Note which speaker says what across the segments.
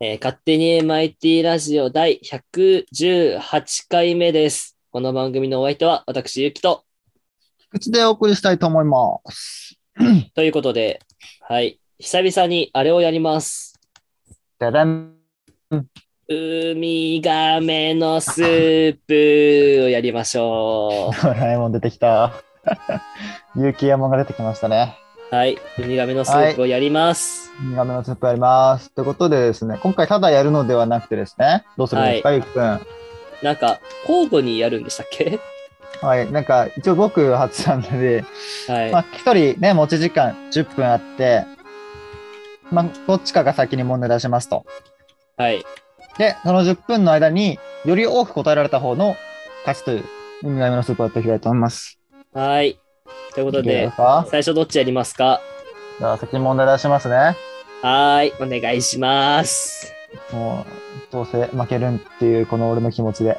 Speaker 1: えー勝手に MIT ラジオ第118回目です。この番組のお相手は私、ゆきと。
Speaker 2: 口でお送りしたいと思います。
Speaker 1: ということで、はい。久々にあれをやります。
Speaker 2: だだん。
Speaker 1: ウミガメのスープをやりましょ
Speaker 2: ドラえもん出てきた。 雪山が出てきましたね。
Speaker 1: う。はい。ウミガメのスープをやります。
Speaker 2: ウミガメのスープやります。ということでですね、今回ただやるのではなくてですね、どうするんですか、ゆきくん。
Speaker 1: なんか、交互にやるんでしたっけ
Speaker 2: はい、なんか一応僕初なので、
Speaker 1: はい
Speaker 2: ま。あ一人ね、持ち時間10分あって、まあどっちかが先に問題出しますと。
Speaker 1: はい。
Speaker 2: で、その10分の間により多く答えられた方の勝ちというウミガメのスープをやっていきたいと思います。
Speaker 1: はい。ということ
Speaker 2: いいで
Speaker 1: で、
Speaker 2: すか
Speaker 1: 最初どっちやりますか
Speaker 2: じゃあ先に問題出しますね。
Speaker 1: はーい。お願いします。
Speaker 2: もう、どうせ負けるんっていう、この俺の気持 ちで。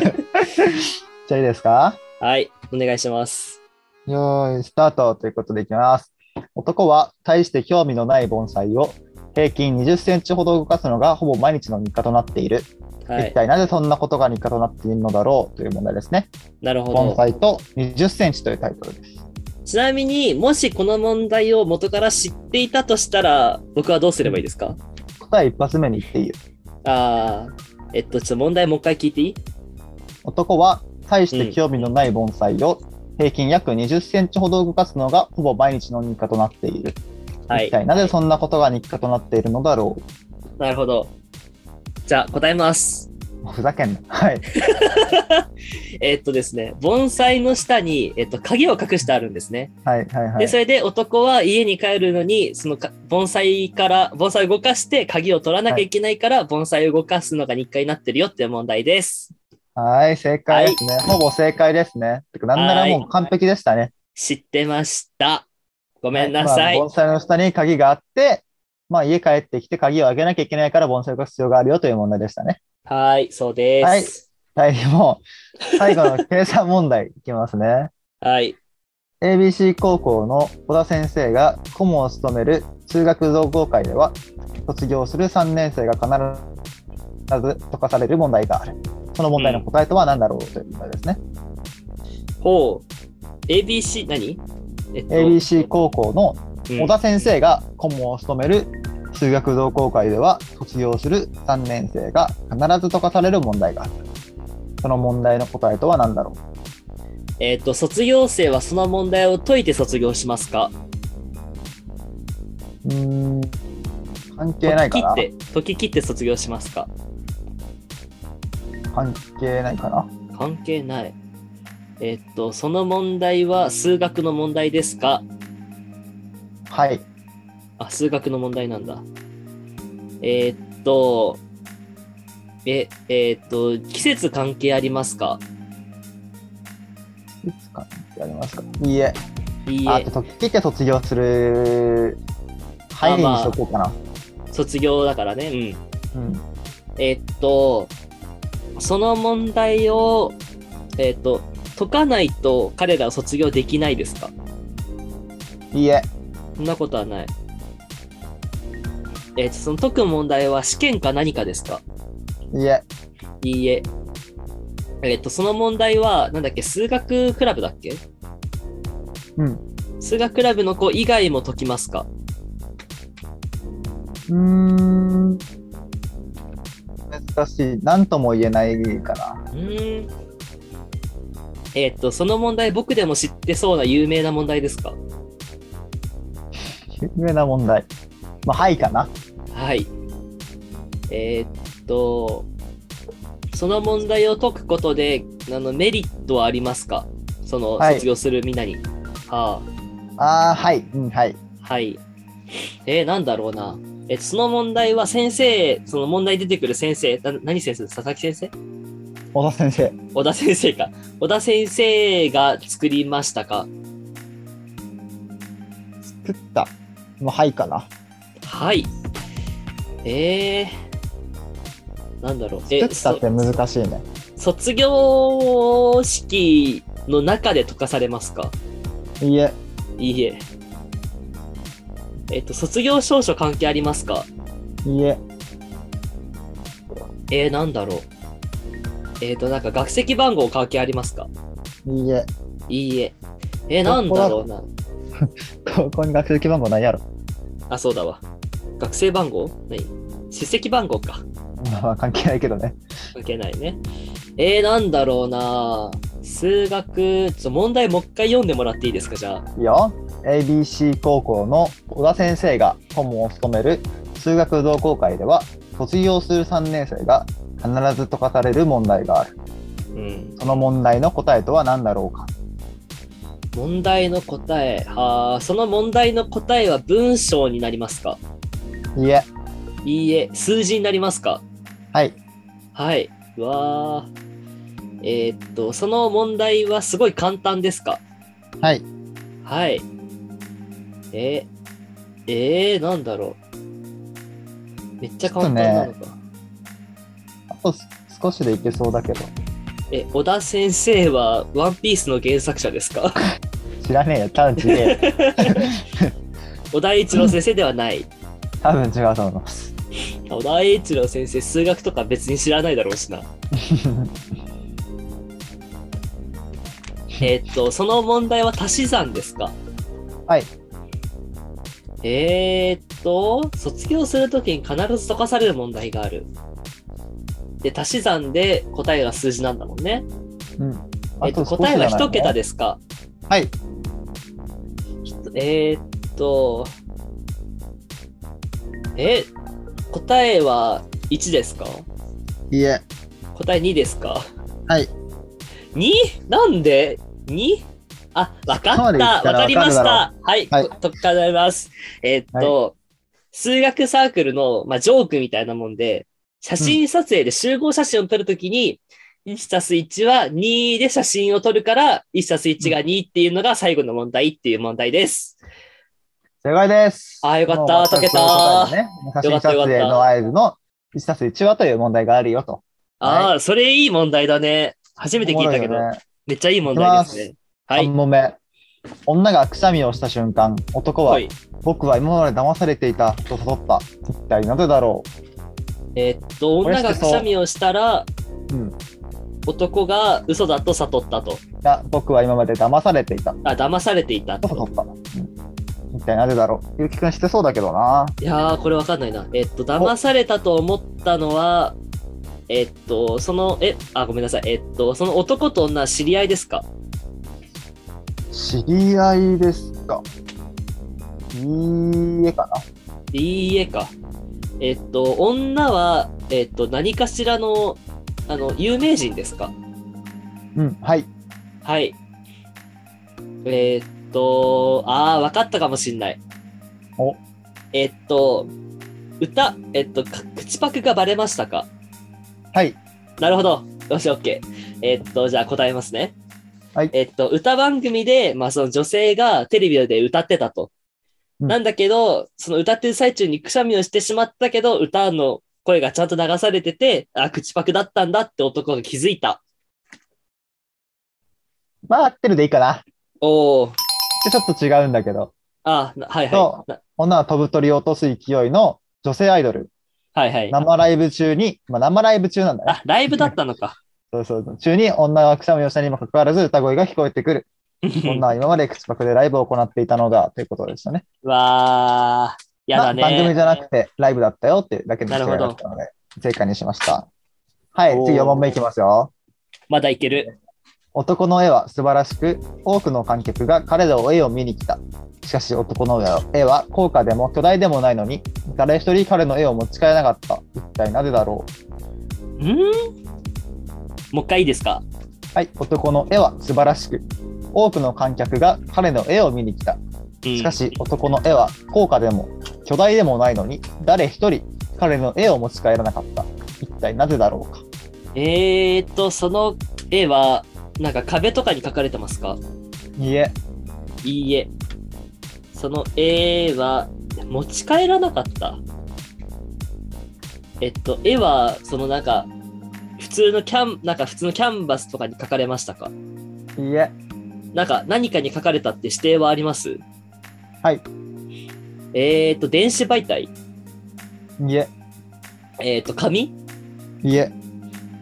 Speaker 2: じゃあいいですか
Speaker 1: はい。お願いします。
Speaker 2: よーい、スタートということでいきます。男は大して興味のない盆栽を平均20センチほど動かすのがほぼ毎日の日課となっている。
Speaker 1: はい
Speaker 2: 一。体なぜそんなことが日課となっているのだろうという問題ですね。
Speaker 1: なるほ
Speaker 2: 盆
Speaker 1: ど。
Speaker 2: 栽と20センチというタイトルです。
Speaker 1: ちなみにもしこの問題を元から知っていたとしたら、僕はどうすればいいですか
Speaker 2: 答え一発目に言っていいよ。
Speaker 1: ああ、えっと、ちょっと問題もう一回聞いていい
Speaker 2: 男は大して興味のない盆栽を平均約20センチほど動かすのがほぼ毎日の日課となっている。
Speaker 1: は
Speaker 2: 一
Speaker 1: い。
Speaker 2: 体なぜそんなことが日課となっているのだろ
Speaker 1: なるほど。じゃあ答えます。
Speaker 2: う。もうふざけんな。はい。
Speaker 1: えっとですね、盆栽の下に、えっと、鍵を隠してあるんですね。
Speaker 2: はいはいは
Speaker 1: で、そ
Speaker 2: い。
Speaker 1: れで男は家に帰るのに、そのか盆栽から、盆栽を動かして鍵を取らなきゃいけないから、盆栽を動かすのが日課になってるよっていう問題です。
Speaker 2: はい、正解ですね。ほぼ正解ですね。てか、なんならもう完璧でしたね。
Speaker 1: 知ってました。ご
Speaker 2: ご
Speaker 1: めんなさい。
Speaker 2: 盆栽の下に鍵があって、まあ家帰ってきて鍵を開けなきゃいけないから盆栽が必要があるよという問題でしたね。
Speaker 1: はい、そうです。
Speaker 2: はい、もう最後の計算問題いきますね。
Speaker 1: はい。
Speaker 2: ABC 高校の小田先生が顧問を務める通学同好会では卒業する3年生が必ず解かされる問題があるその問題の答えとは何だろうという問題ですね、
Speaker 1: ほう。ABC、何えっと
Speaker 2: ABC 高校の小田先生が顧問を務める通学同好会では卒業する3年生が必ず解かされる問題があるその問題の答えとは何だろう
Speaker 1: えっと、卒業生はその問題を解いて卒業しますか
Speaker 2: うーん関係ないかな
Speaker 1: 解き切って、解き切って卒業しますか
Speaker 2: 関係ないかな
Speaker 1: 関係ない。えっと、その問題は数学の問題ですか
Speaker 2: はい
Speaker 1: あ、数学の問題なんだ。えーっと、え、えーっと、季節関係ありますか
Speaker 2: いつかやりますかいいえ。
Speaker 1: いい
Speaker 2: あ
Speaker 1: え
Speaker 2: と、、時って卒業する範囲にしとこうかな。
Speaker 1: 卒業だからね。うん。
Speaker 2: うん。
Speaker 1: えっと、その問題を、えっと、解かないと彼らは卒業できないですか
Speaker 2: いいえ。
Speaker 1: そんなことはない。えっと、その解く問題は試験か何かですか
Speaker 2: いいえ。
Speaker 1: いいえ。えっと、その問題は、なんだっけ、数学クラブだっけ
Speaker 2: うん。
Speaker 1: 数学クラブの子以外も解きますか
Speaker 2: うーん。難しい。なんとも言えないかな。
Speaker 1: うーん。えっと、その問題僕でも知ってそうな有名な問題ですか
Speaker 2: 有名な問題。まあ、はいかな。
Speaker 1: はい。えーっと、その問題を解くことで、あのメリットはありますかその、
Speaker 2: はい
Speaker 1: 卒業するみんなに。は
Speaker 2: ああ、はい。うん、はい。
Speaker 1: あ、はい。えーなんだろうな。えっと、その問題は先生、その問題に出てくる先生、な何先生佐々木先生
Speaker 2: 小田先生。
Speaker 1: 小田先生か。小田先生が作りましたか
Speaker 2: 作った。まあ、はいかな。
Speaker 1: はい。えー、なんだろう。え
Speaker 2: 作ったって難しいね。
Speaker 1: そ卒業式の中で解かされますか
Speaker 2: いいえ。
Speaker 1: いいえ。えっと、卒業証書関係ありますか
Speaker 2: いいえ。
Speaker 1: えー、なんだろう。えっ、ー、と、なんか学籍番号書きありますか
Speaker 2: いいえ、
Speaker 1: いいえ。えー、なんだろうな。
Speaker 2: こ こに学籍番号ないやろ。
Speaker 1: あ、そうだわ。学生番号何出席番号か。
Speaker 2: まあ関係ないけどね。
Speaker 1: 関係ないね。えー、なんだろうな。数学、ちょ、問題もう一回読んでもらっていいですか、じゃあ。
Speaker 2: いいよ。ABC 高校の小田先生が顧問を務める数学同好会では、卒業する3年生が必ず解かされる問題がある。
Speaker 1: うん。
Speaker 2: その問題の答えとは何だろうか。
Speaker 1: 問題の答え。あーその問題の答えは文章になりますか
Speaker 2: いいえ、
Speaker 1: いいえ。数字になりますか
Speaker 2: はい。
Speaker 1: はい。うわー。えーっと、その問題はすごい簡単ですか
Speaker 2: はい。
Speaker 1: はい。えー、えー、なんだろう。めっちゃ簡単なのか。
Speaker 2: あとす少しでいけそうだけど、
Speaker 1: え、小田先生はワンピースの原作者ですか
Speaker 2: 知らねえよ。多分違えよ。
Speaker 1: 小田栄一郎先生ではない。
Speaker 2: 多分違うと思います。
Speaker 1: 小田栄一郎先生、数学とか別に知らないだろうしな。えーっと、その問題は足し算ですか
Speaker 2: はい。
Speaker 1: えー、っと、卒業するときに必ず解かされる問題がある。で、足し算で答えが数字なんだもんね。
Speaker 2: うん。
Speaker 1: えーっと、答えは一桁
Speaker 2: で。
Speaker 1: ですか
Speaker 2: はい。
Speaker 1: えー、っと、え、答えは1ですか
Speaker 2: いいえ。
Speaker 1: 答え2ですか
Speaker 2: はい。
Speaker 1: ?2? なんで ?2? あ、わか
Speaker 2: そこま
Speaker 1: っ
Speaker 2: で
Speaker 1: た
Speaker 2: 言っ。た
Speaker 1: わ
Speaker 2: ら
Speaker 1: かりまし
Speaker 2: わか
Speaker 1: た。はい。
Speaker 2: はい
Speaker 1: とっかざいます。えーっと、数学サークルの、まあ、ジョークみたいなもんで、写真撮影で集合写真を撮るときに、1たす1は2で写真を撮るから、1たす1が2っていうのが最後の問題っていう問題です。
Speaker 2: 正解です。
Speaker 1: あーよかった
Speaker 2: もう全く
Speaker 1: 解けた
Speaker 2: 答えがね、写
Speaker 1: よか
Speaker 2: 真
Speaker 1: った
Speaker 2: 撮
Speaker 1: よかった
Speaker 2: 影の合図の1たす1はという問題があるよと。
Speaker 1: ああ、それいい問題だね。初めて聞いたけど、
Speaker 2: おもろいよね
Speaker 1: めっちゃいい問題ですね。は
Speaker 2: 3
Speaker 1: い。
Speaker 2: 問目。女がくしゃみをした瞬間、男は、
Speaker 1: はい、
Speaker 2: 僕は今まで騙されていたと誘った。一体なぜだろ
Speaker 1: えーっと、女がくしゃみをしたら、
Speaker 2: う、うん、
Speaker 1: 男が嘘だと悟ったと。
Speaker 2: が僕は今まで騙されていた
Speaker 1: あ、騙されていた
Speaker 2: と
Speaker 1: と。
Speaker 2: 誘った。うん、一体なぜだろうゆうきくんしてそうだけどな。
Speaker 1: いやー、これわかんないな。えーっと、騙されたと思ったのは、えーっと、その、え、あ、ごめんなさい。えーっと、その男と女は知り合いですか
Speaker 2: 知り合いですかいいえか
Speaker 1: いいえか。えーっと、女は、えーっと、何かしらの、あの、有名人ですか
Speaker 2: なうん、はい。
Speaker 1: はい。えーっと、ああ、わかったかもしんない。
Speaker 2: お
Speaker 1: えーっと、歌、えーっと、か口パクがバレましたか
Speaker 2: はい。
Speaker 1: なるほど。よし、オッケー。えーっと、じゃあ答えますね。
Speaker 2: はい
Speaker 1: えーっと、歌番組で、まあ、その女性がテレビで歌ってたと。
Speaker 2: うん
Speaker 1: なんだけど、その歌ってる最中にくしゃみをしてしまったけど、歌の声がちゃんと流されてて、あ、口パクだったんだって男が気づいた。
Speaker 2: まあ合ってるでいいかな。
Speaker 1: おお。
Speaker 2: ちょっと違うんだけど。
Speaker 1: あー、なはいはい。
Speaker 2: そ
Speaker 1: な
Speaker 2: 女は飛ぶ鳥を落とす勢いの女性アイドル。
Speaker 1: はいはい。
Speaker 2: 生ライブ中に、まあ、生ライブ中なんだね。
Speaker 1: あ、ライブだったのか。
Speaker 2: そうそうそう。中に女がくしゃみをしたにもかかわらず歌声が聞こえてくる。女は今まで口パクでライブを行っていたのだということでしたね。
Speaker 1: わー、やだね。
Speaker 2: まあ番組じゃなくてライブだったよっていうだけの違
Speaker 1: な
Speaker 2: い
Speaker 1: る
Speaker 2: だ
Speaker 1: ほど
Speaker 2: ったので、正解にしました。はい、
Speaker 1: おー
Speaker 2: 次4問目いきますよ。
Speaker 1: まだいける。
Speaker 2: 男の絵は素晴らしく、多くの観客が彼らの絵を見に来た。しかし男の絵は高価でも巨大でもないのに、誰一人彼の絵を持ち帰らなかった。一体なぜだろう
Speaker 1: うんもう一回いいですか
Speaker 2: はい、男の絵は素晴らしく、多くの観客が彼の絵を見に来た。
Speaker 1: うん
Speaker 2: しかし、男の絵は高価でも巨大でもないのに、誰一人彼の絵を持ち帰らなかった。一体なぜだろうか。
Speaker 1: えーっと、その絵は、なんか壁とかに描かれてますか
Speaker 2: いいえ、
Speaker 1: いいえ。その絵は、持ち帰らなかった。えっと、絵は、そのなんか、普通のキャン、なんか普通のキャンバスとかに描かれましたか
Speaker 2: いいえ、
Speaker 1: なんか何かに描かれたって指定はあります
Speaker 2: はい。
Speaker 1: えーっと、電子媒体
Speaker 2: いいえ、
Speaker 1: えーっと、紙
Speaker 2: いえ、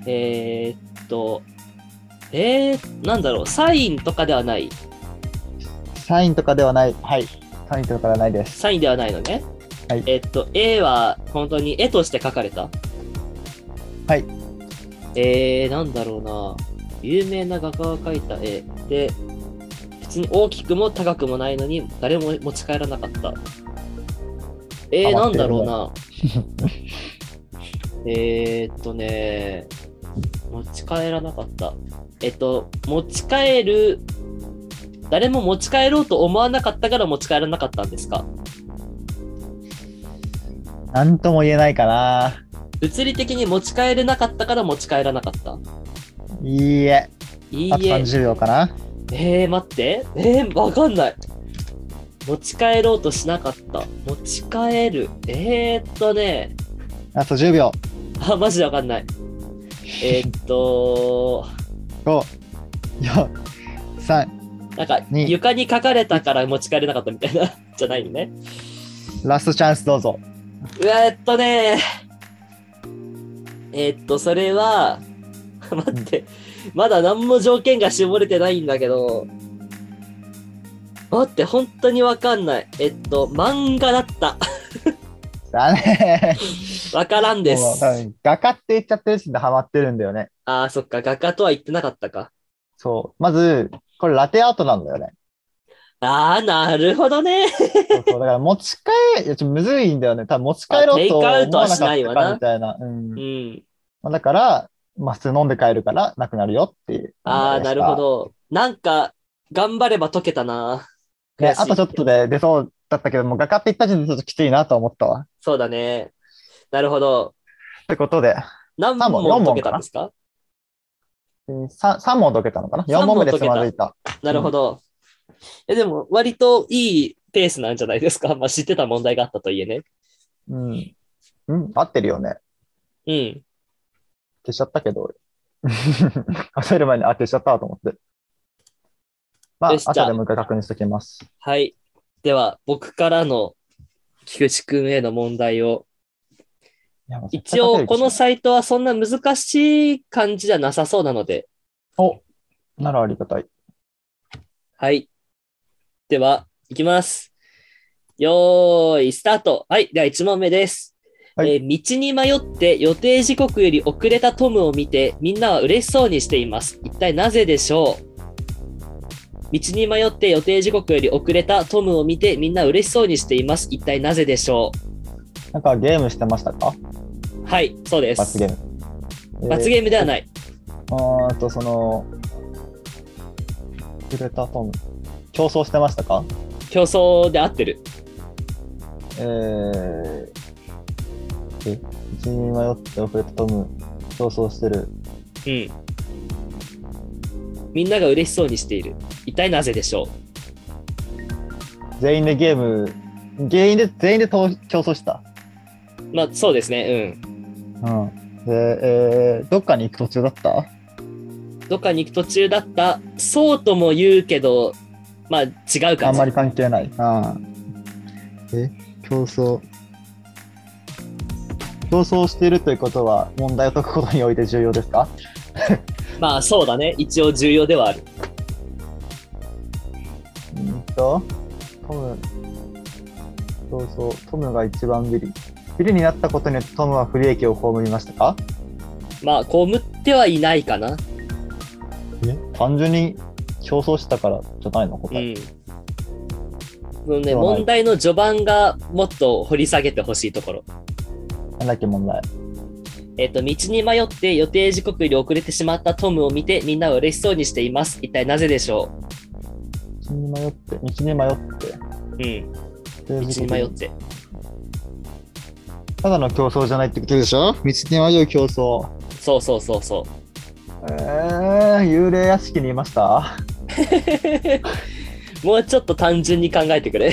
Speaker 1: えーっと、えー、なんだろう、サインとかではない。
Speaker 2: サインとかではない。はい。サインとかではないです。
Speaker 1: サインではないのね。
Speaker 2: はい
Speaker 1: えーっと、絵は本当に絵として描かれた。
Speaker 2: はい。
Speaker 1: えー、なんだろうな。有名な画家が描いた絵で、別に大きくも高くもないのに、誰も持ち帰らなかった。えー、
Speaker 2: ハマ
Speaker 1: な
Speaker 2: っ
Speaker 1: ん
Speaker 2: てる
Speaker 1: だ
Speaker 2: ね
Speaker 1: ろう な。えーっとね、持ち帰らなかった。えっと、持ち帰る、誰も持ち帰ろうと思わなかったから持ち帰らなかったんですか
Speaker 2: なんとも言えないかな。
Speaker 1: 物理的に持ち帰れなかったから持ち帰らなかった
Speaker 2: いいえ。
Speaker 1: いい
Speaker 2: あと
Speaker 1: え。
Speaker 2: 30秒かな。
Speaker 1: えー、待って。えー、わかんない。持ち帰ろうとしなかった。持ち帰る。えー、っとね。
Speaker 2: あと10秒。
Speaker 1: あ、マジでわかんない。えー、っと、
Speaker 2: 5、4、3、
Speaker 1: なんか、
Speaker 2: に
Speaker 1: 床に書かれたから持ち帰れなかったみたいな、 じゃないのね。
Speaker 2: ラストチャンスどうぞ。
Speaker 1: うわえっとねえっと、それは、 待って、まだ何も条件が絞れてないんだけど、待って、本当にわかんない。えっと、漫画だった。
Speaker 2: だね。
Speaker 1: わからんで
Speaker 2: もう多
Speaker 1: す。
Speaker 2: 分画家って言っちゃってる時点でハマってるんだよね。
Speaker 1: ああ、そっか、画家とは言ってなかったか。
Speaker 2: そう。まず、これラテアートなんだよね。
Speaker 1: ああ、なるほどね。
Speaker 2: そうそうだから持ち帰いや、ちょっとむずいんだよね。多分持ち帰ろうと思
Speaker 1: あ
Speaker 2: わ
Speaker 1: テイ
Speaker 2: な
Speaker 1: クアウト
Speaker 2: か
Speaker 1: は
Speaker 2: った
Speaker 1: しないわな
Speaker 2: かみたいな。うん
Speaker 1: う。ん。
Speaker 2: まあ、だから、まあ普通飲んで帰るからなくなるよっていう。
Speaker 1: ああ、なるほ。ど。なんか、頑張れば解けたな。
Speaker 2: ね、
Speaker 1: 悔しい
Speaker 2: あとちょっとで出そうだったけど、もう画家って言った時点でちょっときついなと思ったわ。
Speaker 1: そうだね。なるほど。
Speaker 2: ってことで、
Speaker 1: 何
Speaker 2: 三問
Speaker 1: 問
Speaker 2: 四問
Speaker 1: 解けたんですか
Speaker 2: 3, 三問解けたのかな ?4
Speaker 1: 三問
Speaker 2: 問目
Speaker 1: 解
Speaker 2: で
Speaker 1: けた
Speaker 2: つまずいた。
Speaker 1: なるほど。え、でも、割といいペースなんじゃないですか。まあ、 知ってた問題があったといえね。
Speaker 2: うん。うん、合ってるよね。
Speaker 1: うん。
Speaker 2: 消しちゃったけど、 俺焦る前に、あ、消しちゃったと思って。まあ、
Speaker 1: よしじゃあ
Speaker 2: 後でもう一回確認しておきます。
Speaker 1: はい。では、僕からの菊池くんへの問題を。
Speaker 2: いやもう絶対
Speaker 1: 一
Speaker 2: 勝て
Speaker 1: 応、
Speaker 2: る気
Speaker 1: こ
Speaker 2: しな
Speaker 1: の
Speaker 2: い
Speaker 1: サイトはそんな難しい感じじゃなさそうなので。
Speaker 2: お、ならありがたい。
Speaker 1: はい。では、いきます。よーい、スタート。はい。では、1問目です。
Speaker 2: はい
Speaker 1: えー道に迷って予定時刻より遅れたトムを見て、みんなは嬉しそうにしています。一体なぜでしょう道に迷って予定時刻より遅れたトムを見て、みんな嬉しそうにしています。一体なぜでしょ
Speaker 2: なんかゲームしてましたか
Speaker 1: うはい、そうです。
Speaker 2: 罰ゲーム。
Speaker 1: 罰
Speaker 2: ー
Speaker 1: ゲームではない。
Speaker 2: ム。あーっと、その、クレタトム。競争してましたか
Speaker 1: 競争で合ってる。
Speaker 2: えー、え、一人迷って遅れたトム、競争してる。
Speaker 1: うん。みんなが嬉しそうにしている。一体なぜでしょう
Speaker 2: 全員でゲーム、全員で、全員でと競争した。
Speaker 1: まあ、そうですね。うん。
Speaker 2: うん。で、えー、どっかに行く途中だった
Speaker 1: どっかに行く途中だった、そうとも言うけど、まあ違うか
Speaker 2: あんまり関係ない。ああえ、競争。競争しているということは、問題を解くことにおいて重要ですか
Speaker 1: まあそうだね。一応重要ではある。
Speaker 2: うーんと、トム、競争、トムが一番ビリ。ビリになったことによってトムは不利益を被りましたか
Speaker 1: まあ、こむってはいないかな。
Speaker 2: え単純に競争したからじゃないの
Speaker 1: う
Speaker 2: 答え。
Speaker 1: ん。そのね、
Speaker 2: ではない
Speaker 1: 問題の序盤がもっと掘り下げてほしいところ。
Speaker 2: なんだっけ問題。
Speaker 1: えっ、と、道に迷って予定時刻より遅れてしまったトムを見てみんなは嬉しそうにしています。一体なぜでしょ
Speaker 2: 道に迷って、道に迷って。
Speaker 1: ううん。
Speaker 2: 道
Speaker 1: 道に迷って。
Speaker 2: ただの競争じゃないってことでしょ道に迷う競争。
Speaker 1: そうそうそうそう。
Speaker 2: えー、幽霊屋敷にいました
Speaker 1: もうちょっと単純に考えてくれ。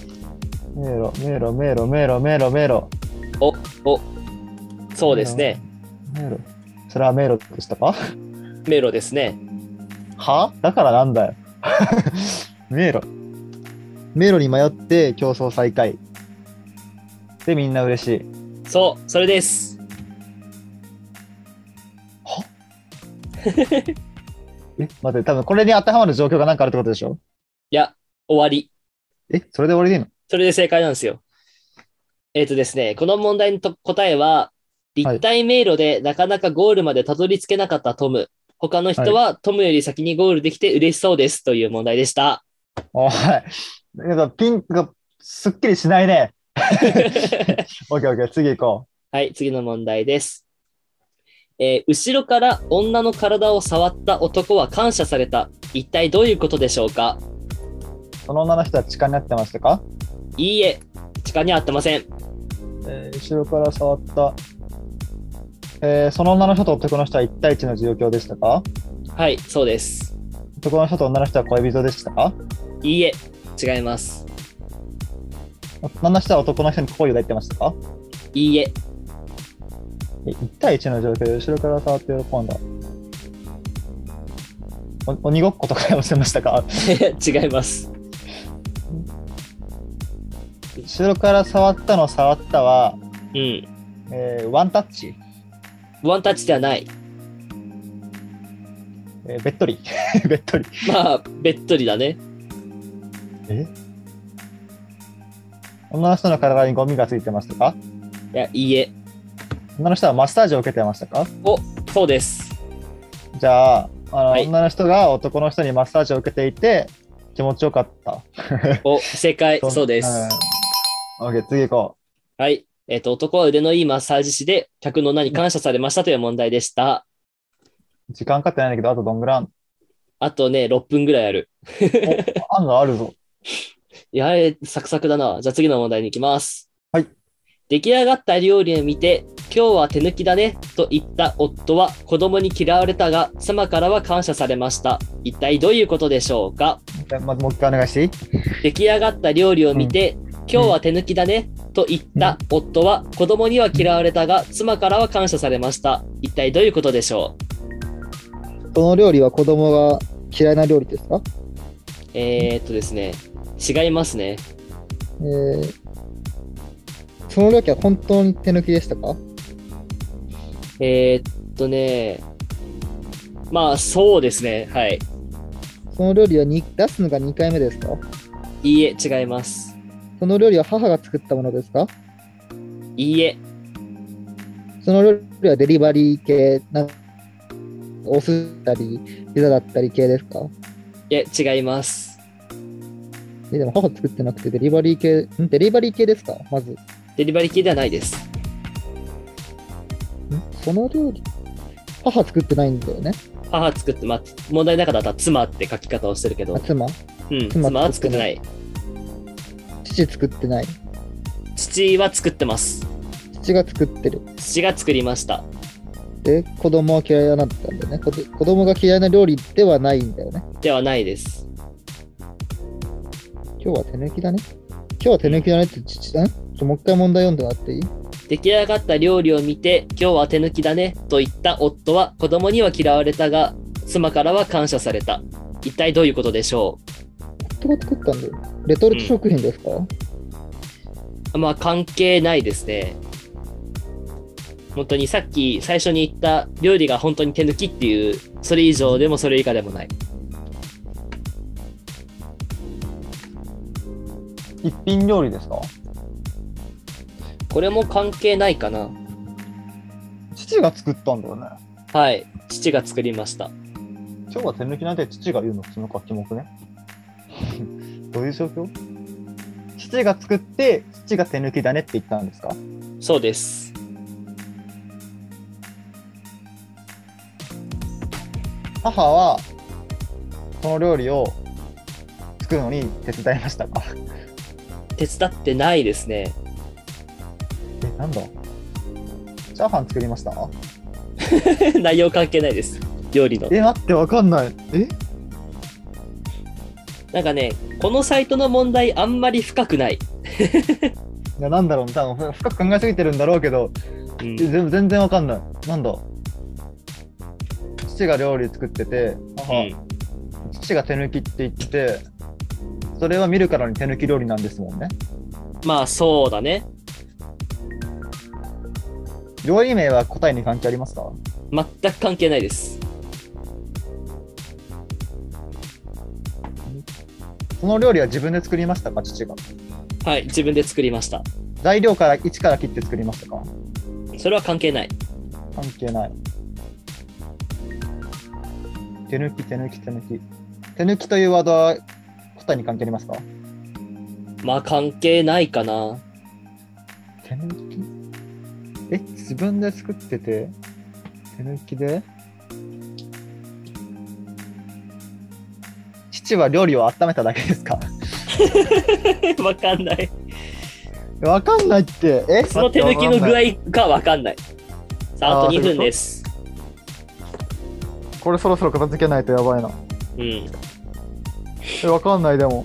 Speaker 2: 迷路、迷路、迷路、迷路、迷路、迷路。
Speaker 1: そうですね。
Speaker 2: 迷路。それは迷路でしたか
Speaker 1: 迷路ですね。
Speaker 2: はだからなんだよ。 迷路。迷路に迷って競争再開。で、みんな嬉しい。
Speaker 1: そう、それです。
Speaker 2: え、待って、多分これに当てはまる状況が何かあるってことでしょ
Speaker 1: いや、終わり。
Speaker 2: え、それで終わりでいいの
Speaker 1: それで正解なんですよ。えっ、とですね、この問題のと答えは、立体迷路でなかなかゴールまでたどり着けなかったトム。他の人はトムより先にゴールできて嬉しそうですという問題でした。
Speaker 2: おい。なんかピンクがすっきりしな いね。オッケーオッケー、次行こ
Speaker 1: はい、次の問題です。えー後ろから女の体を触った男は感謝された。一体どういうことでしょうか
Speaker 2: う。その女の人は痴漢になってましたか、
Speaker 1: いいえ、時間に合ってません。
Speaker 2: えー後ろから触った。えーその女の人と男の人は一対一の状況でしたか
Speaker 1: はい、そうです。
Speaker 2: 男の人と女の人は恋人でしたか
Speaker 1: いいえ、違います。
Speaker 2: 女の人は男の人に好意を抱いてましたか
Speaker 1: いいえ、
Speaker 2: え1対1の状況で後ろから触って喜んだ。お鬼ごっことかをしてましたか
Speaker 1: 違います。
Speaker 2: 後ろから触ったの触ったは、
Speaker 1: うん。
Speaker 2: えーワンタッチ、
Speaker 1: ワンタッチではない。
Speaker 2: えーべっ とり、べっとり。
Speaker 1: まあ、べっとりだね。
Speaker 2: 女の人の体にゴミがついてましたか
Speaker 1: いや、いいえ。
Speaker 2: 女の人はマッサージを受けてましたか
Speaker 1: お、そうです。
Speaker 2: じゃあ、あの
Speaker 1: はい
Speaker 2: 女の人が男の人にマッサージを受けていて気持ちよかった。
Speaker 1: お、正解、そうです。
Speaker 2: うん。オッケー、次行こ
Speaker 1: はい。えっ、と、男は腕のいいマッサージ師で、客の女に感謝されましたという問題でした。
Speaker 2: う。時間かかってないんだけど、あとどんぐらいあんの
Speaker 1: あとね、6分ぐらいある。
Speaker 2: 案があるぞ。
Speaker 1: いや、あれサクサクだな。じゃあ次の問題に行きます。
Speaker 2: はい。
Speaker 1: 出来上がった料理を見て、今日は手抜きだねと言った夫は子供に嫌われたが、妻からは感謝されました。一体どういうことでしょうか
Speaker 2: じゃあまずもう一回お願いしていい
Speaker 1: 出来上がった料理を見て、今日は手抜きだねと言った夫は子供には嫌われたが、妻からは感謝されました。一体どういうことでしょう
Speaker 3: その料理は子供が嫌いな料理ですか、
Speaker 1: えー、っとですね、違いますね。
Speaker 3: えーその料理は本当に手抜きでしたか
Speaker 1: えー、っとね、まあそうですね、はい。
Speaker 3: その料理はに出すのが2回目ですか
Speaker 1: いいえ、違います。
Speaker 3: その料理は母が作ったものですか
Speaker 1: いいえ、
Speaker 3: その料理はデリバリー系なお寿司だったりピザだったり系ですか
Speaker 1: いや、違います。
Speaker 3: えでも母作ってなくてデリバリー系んデリバリー系ですかまずん
Speaker 1: デリバリー系ではないです。
Speaker 3: その料理母作ってないんだよね
Speaker 1: 母作って、まあ、問題の中だったら妻って書き方をしてるけど
Speaker 3: あ、妻
Speaker 1: うん、
Speaker 3: 妻
Speaker 1: 妻は作ってない。
Speaker 3: 父作ってない
Speaker 1: 父は作ってます。
Speaker 3: 父が作ってる
Speaker 1: 父が作りました。
Speaker 3: で子供は嫌いになったんだよねこど子供が嫌いな料理ではないんだよね
Speaker 1: ではないです。
Speaker 3: 今日は手抜きだね今日は手抜きだねって父んちょもう一回問題読んでもらっていい
Speaker 1: 出来上がった料理を見て、今日は手抜きだねと言った夫は子供には嫌われたが、妻からは感謝された。一体どういうことでしょ
Speaker 3: 夫が作ったんだよねレトルト食品ですか、
Speaker 1: うまあ、関係ないですね。本当にさっき最初に言った料理が本当に手抜きっていう、それ以上でもそれ以下でもない。
Speaker 2: 一品料理ですか
Speaker 1: これも関係ないかな。
Speaker 2: 父が作ったんだよね。
Speaker 1: はい。父が作りました。
Speaker 2: 今日は手抜きなんて父が言うのそのかキモくね どういう状況父が作って父が手抜きだねって言ったんですか
Speaker 1: そうです。
Speaker 2: 母はこの料理を作るのに手伝いましたか
Speaker 1: 手伝ってないですね。
Speaker 2: えなんだチャーハン作りました
Speaker 1: 内容関係ないです。料理の。
Speaker 2: え待ってわかんないえ
Speaker 1: なんかね、このサイトの問題あんまり深くない。
Speaker 2: いやなんだろう多分深く考えすぎてるんだろうけど
Speaker 1: うん
Speaker 2: え全全然わかんないなんだ父が料理作ってて母、
Speaker 1: うん
Speaker 2: 父が手抜きって言ってそれは見るからに手抜き料理なんですもんね
Speaker 1: まあそうだね。
Speaker 2: 料理名は答えに関係ありますか
Speaker 1: 全く関係ないです。
Speaker 2: その料理は自分で作りましたか、父が。
Speaker 1: はい、自分で作りました。
Speaker 2: 材料から一から切って作りましたか
Speaker 1: それは関係ない。
Speaker 2: 関係ない。手抜き、手抜き、手抜き。手抜きというワードは答えに関係ありますか
Speaker 1: まあ関係ないかな。
Speaker 2: 手抜きえ、自分で作ってて、手抜きで父は料理を温めただけですか
Speaker 1: わかんない。
Speaker 2: わかんないって。え
Speaker 1: その手抜きの具合かわかんない。さあ、あ
Speaker 2: あ
Speaker 1: と
Speaker 2: ー
Speaker 1: 2
Speaker 2: そういう
Speaker 1: 分
Speaker 2: こと
Speaker 1: です。
Speaker 2: これそろそろ片付けないとやばいな。
Speaker 1: うん。
Speaker 2: え、わかんないでも。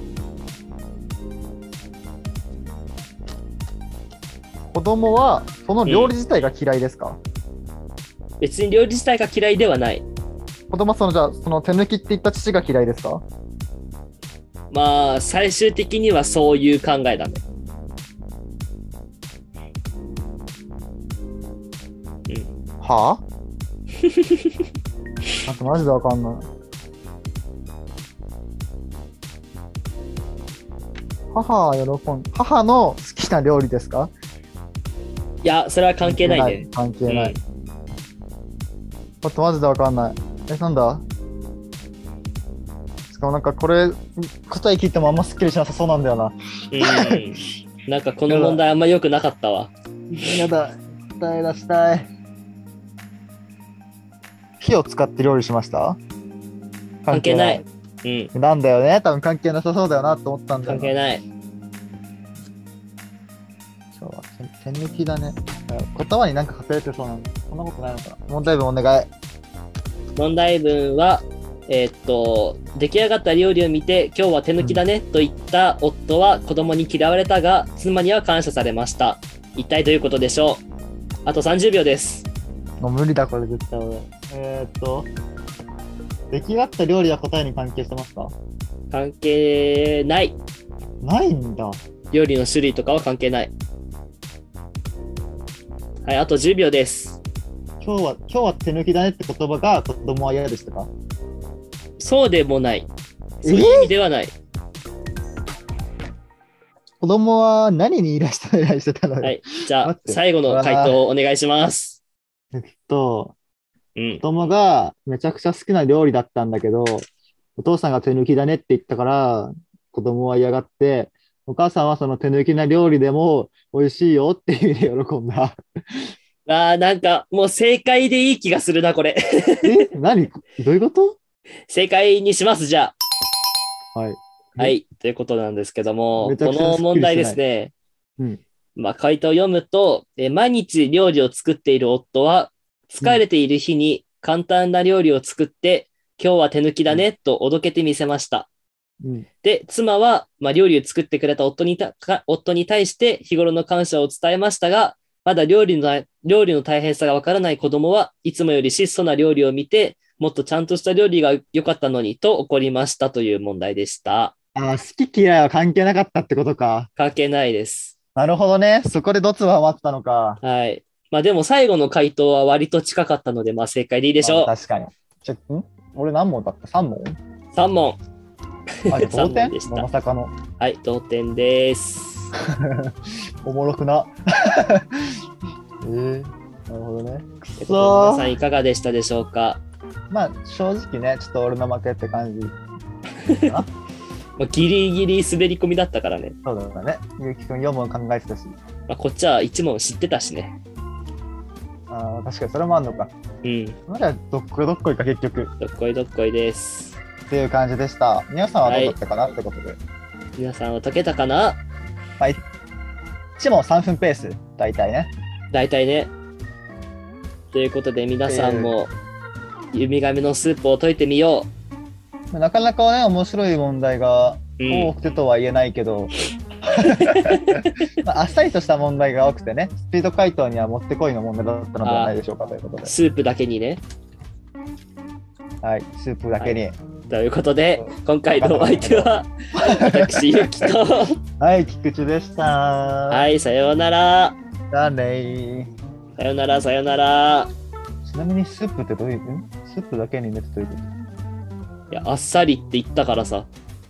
Speaker 2: 子供はその料理自体が嫌いですか、
Speaker 1: 別に料理自体が嫌いではない。
Speaker 2: 子供はそのじゃあその手抜きって言った父が嫌いですか
Speaker 1: まあ、最終的にはそういう考えだね。
Speaker 2: は あなんかマジでわかんない。母は喜ん母の好きな料理ですか
Speaker 1: いや、それは関係ないね。
Speaker 2: 関係
Speaker 1: う
Speaker 2: ない。
Speaker 1: ん、
Speaker 2: ちょっとマジでわかんない。え、なんだしかもなんかこれ、答え聞いてもあんまスッキリしなさそうなんだよな。
Speaker 1: うんなんかこの問題あんま良くなかったわ。
Speaker 2: やだ、答え出したい。火を使って料理しました
Speaker 1: 関係ない。。うん。
Speaker 2: なんだよね、多分関係なさそうだよなと思ったんだよ
Speaker 1: 関係
Speaker 2: な。
Speaker 1: ない。
Speaker 2: 今日は手抜きだね。言葉になんか隠れてそうなんだ。そんなことないのかな。問題文お願い。
Speaker 1: 問題文は、えーっと、出来上がった料理を見て、今日は手抜きだねと言った夫は子供に嫌われたが、妻には感謝されました。一体どういうことでしょうあと30秒です。
Speaker 2: もう無理だ、これ絶対俺。えー、っと、出来上がった料理は答えに関係してますか
Speaker 1: 関係ない。
Speaker 2: ないんだ。
Speaker 1: 料理の種類とかは関係ない。はい、あと10秒です。
Speaker 2: 今日は、今日は手抜きだねって言葉が子供は嫌でしたか
Speaker 1: そうでもない。そういう意味ではない。
Speaker 2: 子供は何にイラしてたイラしてたの
Speaker 1: はい。じゃ
Speaker 2: 待
Speaker 1: あ
Speaker 2: っ、て
Speaker 1: 最後の回答をお願いします。
Speaker 2: えっと、
Speaker 1: うん
Speaker 2: 子。供がめちゃくちゃ好きな料理だったんだけど、お父さんが手抜きだねって言ったから、子供は嫌がって、お母さんはその手抜きな料理でも美味しいよっていう意味で喜ん だ。
Speaker 1: あーなんか、もう正解でいい気がするな、これ。
Speaker 2: え何どういうこと
Speaker 1: 正解にします、じゃ
Speaker 2: はい。
Speaker 1: あ。はい。ということなんですけども
Speaker 2: め、ちゃ
Speaker 1: こ
Speaker 2: くちゃ
Speaker 1: の問題ですね。
Speaker 2: うん。
Speaker 1: まあ、回答を読むと、えー毎日料理を作っている夫は、疲れている日に簡単な料理を作って、今日は手抜きだね、とおどけてみせました。
Speaker 2: うん。
Speaker 1: で、妻は、まあ、料理を作ってくれた夫にたか夫に対して日頃の感謝を伝えましたが、まだ料理のな料理の大変さがわからない子供はいつもより質素な料理を見て、もっとちゃんとした料理が良かったのにと怒りましたという問題でした。
Speaker 2: ああ、好き嫌いは関係なかったってことか。
Speaker 1: 関係ないです。
Speaker 2: なるほどね。そこでドツは待ってたのか。
Speaker 1: はい。まあでも最後の回答は割と近かったので、まあ正解でいいでしょ
Speaker 2: あ確かに。ちょ、ん俺何問だった ?3 問
Speaker 1: う。3問。
Speaker 2: あ、じゃあ同
Speaker 1: 三
Speaker 2: 点
Speaker 1: 問でした
Speaker 2: まさかの。
Speaker 1: はい、同点です。
Speaker 2: おもろ くな。えー、なるほどね。く
Speaker 1: えっと皆
Speaker 2: そ
Speaker 1: さんいかがでしたでしょうか、
Speaker 2: まあ正直ね、ちょっと俺の負けって感じ。
Speaker 1: まあ、ギリギリ滑り込みだったからね。
Speaker 2: そうだね。ゆうきくん4問考えてたし。
Speaker 1: まあ、こっちは1問知ってたしね。
Speaker 2: あー確かにそれもあんのか。
Speaker 1: うん。
Speaker 2: まだどっこいどっこいか結局。
Speaker 1: どっこいどっこいです。
Speaker 2: っていう感じでした。皆さんはどうだったかなってことで。
Speaker 1: 皆さんは解けたかな
Speaker 2: はい。1問3分ペース、大体ね。
Speaker 1: 大体ね。ということで皆さんも、ユミガメのスープを溶いてみよ
Speaker 2: なかなかね、面白い問題が
Speaker 1: う。うん
Speaker 2: 多くてとは言えないけど、 まあ、あっさりとした問題が多くてね、スピード回答にはもってこいの問題だったのではないでしょうかということで、
Speaker 1: スープだけにね。
Speaker 2: はい、スープだけに。
Speaker 1: ということで、今回のお相手は、私、ゆきと。
Speaker 2: はい、菊池でした。は、
Speaker 1: はいい、さようなら。
Speaker 2: じゃあねー
Speaker 1: さようなら、さようなら。
Speaker 2: ちなみにスープってどういう、んスープだけにねってどういうこ
Speaker 1: いや、あっさりって言ったからさ。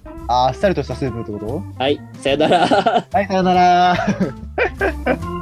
Speaker 2: とあーあっさりとした成分ってこと
Speaker 1: はい、さよなら。
Speaker 2: はい、さよなら。